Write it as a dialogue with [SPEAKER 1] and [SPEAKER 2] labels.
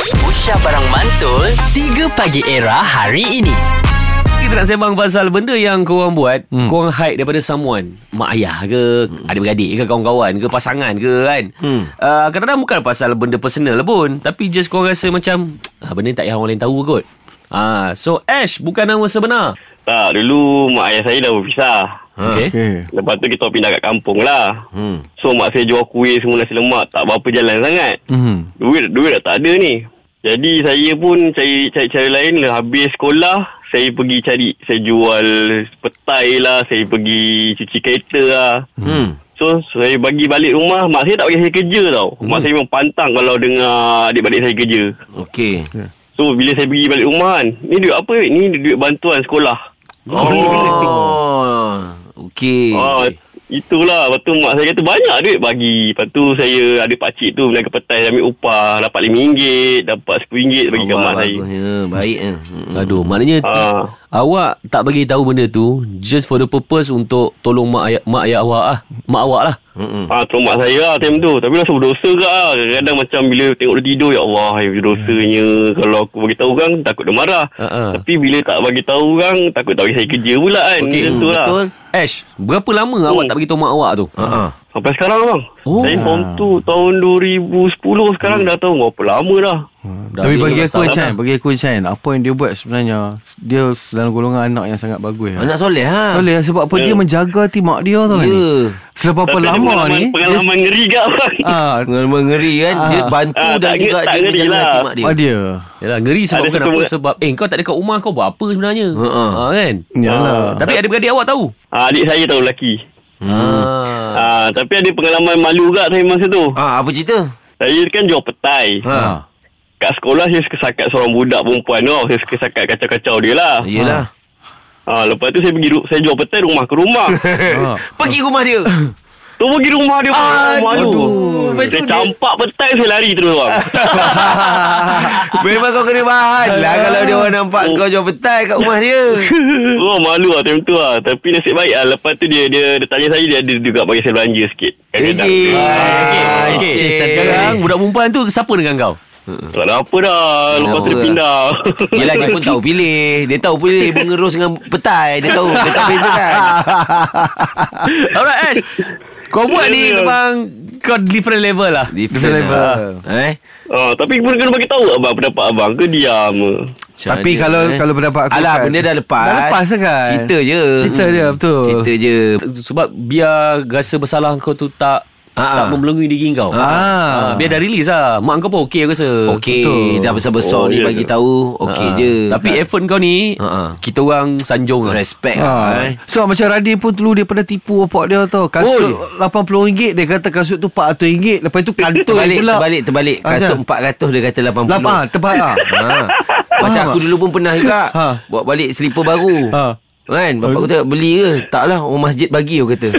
[SPEAKER 1] Aisyah Barang Mantul 3 Pagi Era hari ini
[SPEAKER 2] Kita nak sembang pasal benda yang korang buat hmm. Korang hide daripada someone Mak ayah ke hmm. Adik-beradik ke Kawan-kawan ke Pasangan ke kan hmm. uh, Kadang-kadang bukan pasal benda personal lah pun Tapi just korang rasa macam ah, Benda ni tak payah orang lain tahu kot Ah, so Ash bukan nama sebenar
[SPEAKER 3] Tak, dulu mak ayah saya dah berpisah.
[SPEAKER 2] ha, okay. okay
[SPEAKER 3] Lepas tu kita pindah kat kampung lah. Hmm. So mak saya jual kuih semua nasi lemak tak berapa jalan sangat. Hmm. Duit duit dah tak ada ni. Jadi saya pun cari cari cara lain lah. habis sekolah saya pergi cari saya jual petai lah, saya pergi cuci kereta lah. Hmm. So saya bagi balik rumah Mak saya tak bagi saya kerja tau hmm. Mak saya memang pantang Kalau dengar Adik-adik saya kerja
[SPEAKER 4] Okey.
[SPEAKER 5] Ya.
[SPEAKER 3] So bila saya pergi balik rumah kan Ni duit apa weh? Ni duit bantuan sekolah
[SPEAKER 4] Oh. Okey.
[SPEAKER 3] Ah, itulah. Lepas tu mak saya kata banyak duit bagi. Lepas tu saya ada pakcik tu berniaga petai ambil upah. Dapat RM5, dapat RM10 bagi ke mak saya.
[SPEAKER 4] Ya, baik eh. Hmm.
[SPEAKER 2] Aduh maknanya uh.
[SPEAKER 3] Ah.
[SPEAKER 2] Awak tak bagi tahu benda tu Just for the purpose Untuk tolong mak ayah, mak ayah awak lah Mak awak lah
[SPEAKER 4] Hmm.
[SPEAKER 3] Ah, terus mak saya lah time tu. Tapi rasa berdosa ke lah. Kadang-kadang macam bila tengok dia tidur, ya Allah, ya berdosanya. Kalau aku bagi tahu orang, takut dia marah.
[SPEAKER 2] Ah, ah.
[SPEAKER 3] Tapi bila tak bagi tahu orang, takut tak bagi saya kerja pula kan.
[SPEAKER 2] Okey,
[SPEAKER 3] Macam tu lah.
[SPEAKER 4] Betul.
[SPEAKER 2] Ash Berapa lama awak tak bagi tahu mak awak tu
[SPEAKER 4] Ha ah.
[SPEAKER 5] Ya.
[SPEAKER 3] Sampai sekarang lah, bang.
[SPEAKER 2] Oh.
[SPEAKER 3] Saya form 2 tahun 2010 sekarang dah tahu berapa lama dah.
[SPEAKER 2] Dah
[SPEAKER 5] Tapi
[SPEAKER 2] lima
[SPEAKER 5] bagi
[SPEAKER 2] belas
[SPEAKER 5] aku
[SPEAKER 2] tahun.
[SPEAKER 5] Chan, bagi aku Chan, apa yang dia buat sebenarnya, dia dalam golongan anak yang sangat bagus.
[SPEAKER 4] Anak soleh ha.
[SPEAKER 5] Boleh lah sebab apa
[SPEAKER 3] Ya.
[SPEAKER 5] dia menjaga hati mak dia tau
[SPEAKER 4] Ya.
[SPEAKER 5] lah ni. Sebab apa
[SPEAKER 3] Tapi ada
[SPEAKER 5] lama
[SPEAKER 3] pengalaman-
[SPEAKER 5] ni.
[SPEAKER 3] Pengalaman ngeri gak bang.
[SPEAKER 5] Dia, ah,
[SPEAKER 4] Pengalaman ngeri kan. Dia
[SPEAKER 5] Ah.
[SPEAKER 4] bantu
[SPEAKER 3] Ah,
[SPEAKER 4] dan
[SPEAKER 3] tak-
[SPEAKER 4] juga
[SPEAKER 3] tak
[SPEAKER 4] dia
[SPEAKER 3] ngeri
[SPEAKER 4] menjaga
[SPEAKER 3] lah.
[SPEAKER 4] hati mak dia.
[SPEAKER 5] ah, dia.
[SPEAKER 2] Yalah ngeri sebab
[SPEAKER 3] Ada
[SPEAKER 2] bukan apa
[SPEAKER 3] semua-
[SPEAKER 2] sebab eh kau tak dekat rumah kau buat apa sebenarnya.
[SPEAKER 4] Ha-ha.
[SPEAKER 2] Ha kan?
[SPEAKER 5] Yalah.
[SPEAKER 3] Ah.
[SPEAKER 2] Tapi adik-beradik awak tahu.
[SPEAKER 3] Ah, adik saya tahu lelaki.
[SPEAKER 2] Hmm. Ha.
[SPEAKER 3] Ah, tapi ada pengalaman malu juga saya masa tu.
[SPEAKER 4] Ah, apa cerita?
[SPEAKER 3] Saya kan jual petai.
[SPEAKER 4] Ha.
[SPEAKER 5] Ah.
[SPEAKER 3] Kat sekolah saya suka sakat seorang budak perempuan tu. tau. Saya suka sakat kacau-kacau dia lah.
[SPEAKER 4] Yelah.
[SPEAKER 3] Ha, lepas tu saya pergi ru- saya jual petai rumah ke rumah.
[SPEAKER 4] Eh,
[SPEAKER 5] Ah.
[SPEAKER 4] Pergi rumah dia.
[SPEAKER 3] tu pergi rumah dia bang. rumah tu.
[SPEAKER 4] Lepas tu
[SPEAKER 3] Saya
[SPEAKER 4] dia-
[SPEAKER 3] campak petai saya lari terus bang.
[SPEAKER 5] Ah.
[SPEAKER 4] Memang kau kena bahan lah Kalau dia orang nampak kau jual petai kat rumah dia
[SPEAKER 3] oh malu lah time tu lah. Tapi nasib baik lah. Lepas tu dia dia, dia tanya saya dia ada juga bagi saya belanja sikit. Kadang-kadang.
[SPEAKER 4] Eji.
[SPEAKER 2] Okey,
[SPEAKER 4] Ah,
[SPEAKER 2] okey.
[SPEAKER 4] eji.
[SPEAKER 2] Sekarang budak perempuan tu siapa dengan kau?
[SPEAKER 3] Tak ada apa dah. Lepas tu dia
[SPEAKER 4] Kenapa?
[SPEAKER 3] pindah.
[SPEAKER 4] Yelah dia pun tahu pilih Dia tahu pilih Mengerus dengan petai Dia tahu Dia tak kan? bezakan
[SPEAKER 2] Alright Ash. Kau buat ni
[SPEAKER 3] Ya.
[SPEAKER 2] memang kau different level lah.
[SPEAKER 5] Different level.
[SPEAKER 4] lah. Eh
[SPEAKER 3] Ah, tapi pun kena bagi tahu abang pendapat abang ke diam.
[SPEAKER 4] Macam mana,
[SPEAKER 5] Tapi
[SPEAKER 4] eh?
[SPEAKER 5] kalau- kalau pendapat aku
[SPEAKER 4] Alah
[SPEAKER 5] kan-
[SPEAKER 4] benda dah lepas
[SPEAKER 5] Dah lepas kan?
[SPEAKER 4] Cerita je Hmm.
[SPEAKER 5] Cerita je, betul.
[SPEAKER 4] Cerita je
[SPEAKER 2] Sebab biar rasa bersalah kau tu tak
[SPEAKER 4] Ha-ha.
[SPEAKER 2] tak membelenggu diri kau.
[SPEAKER 5] Ha.
[SPEAKER 2] Ha, biar dah release lah. Mak kau pun okey aku rasa.
[SPEAKER 4] Okey
[SPEAKER 5] Betul.
[SPEAKER 4] Dah besar-besar
[SPEAKER 3] Oh,
[SPEAKER 4] ni
[SPEAKER 3] ya
[SPEAKER 4] bagi
[SPEAKER 3] ke?
[SPEAKER 4] tahu Okey
[SPEAKER 2] Ha.
[SPEAKER 5] Ah.
[SPEAKER 4] je
[SPEAKER 2] Tapi
[SPEAKER 4] Tak-
[SPEAKER 2] effort kau ni
[SPEAKER 4] Ha-ha.
[SPEAKER 2] kita orang sanjung lah.
[SPEAKER 4] Respect lah
[SPEAKER 5] Ah.
[SPEAKER 4] eh.
[SPEAKER 5] Sebab macam Radin pun dulu dia pernah tipu bapak dia tau. Kasut RM80 dia kata kasut tu RM400. Lepas tu kantoi
[SPEAKER 4] Terbalik
[SPEAKER 5] pula.
[SPEAKER 4] Terbalik Terbalik
[SPEAKER 5] Ah,
[SPEAKER 4] Kasut
[SPEAKER 5] Chan.
[SPEAKER 4] 400 dia kata 80
[SPEAKER 5] Lama tebak ah.
[SPEAKER 4] Ha. Macam
[SPEAKER 5] Faham
[SPEAKER 4] aku
[SPEAKER 5] tak?
[SPEAKER 4] dulu pun pernah juga
[SPEAKER 5] Ha.
[SPEAKER 4] Bawa balik slipper baru
[SPEAKER 5] Ha.
[SPEAKER 4] Kan Bapak aku cakap beli ke Tak lah Orang masjid bagi aku kata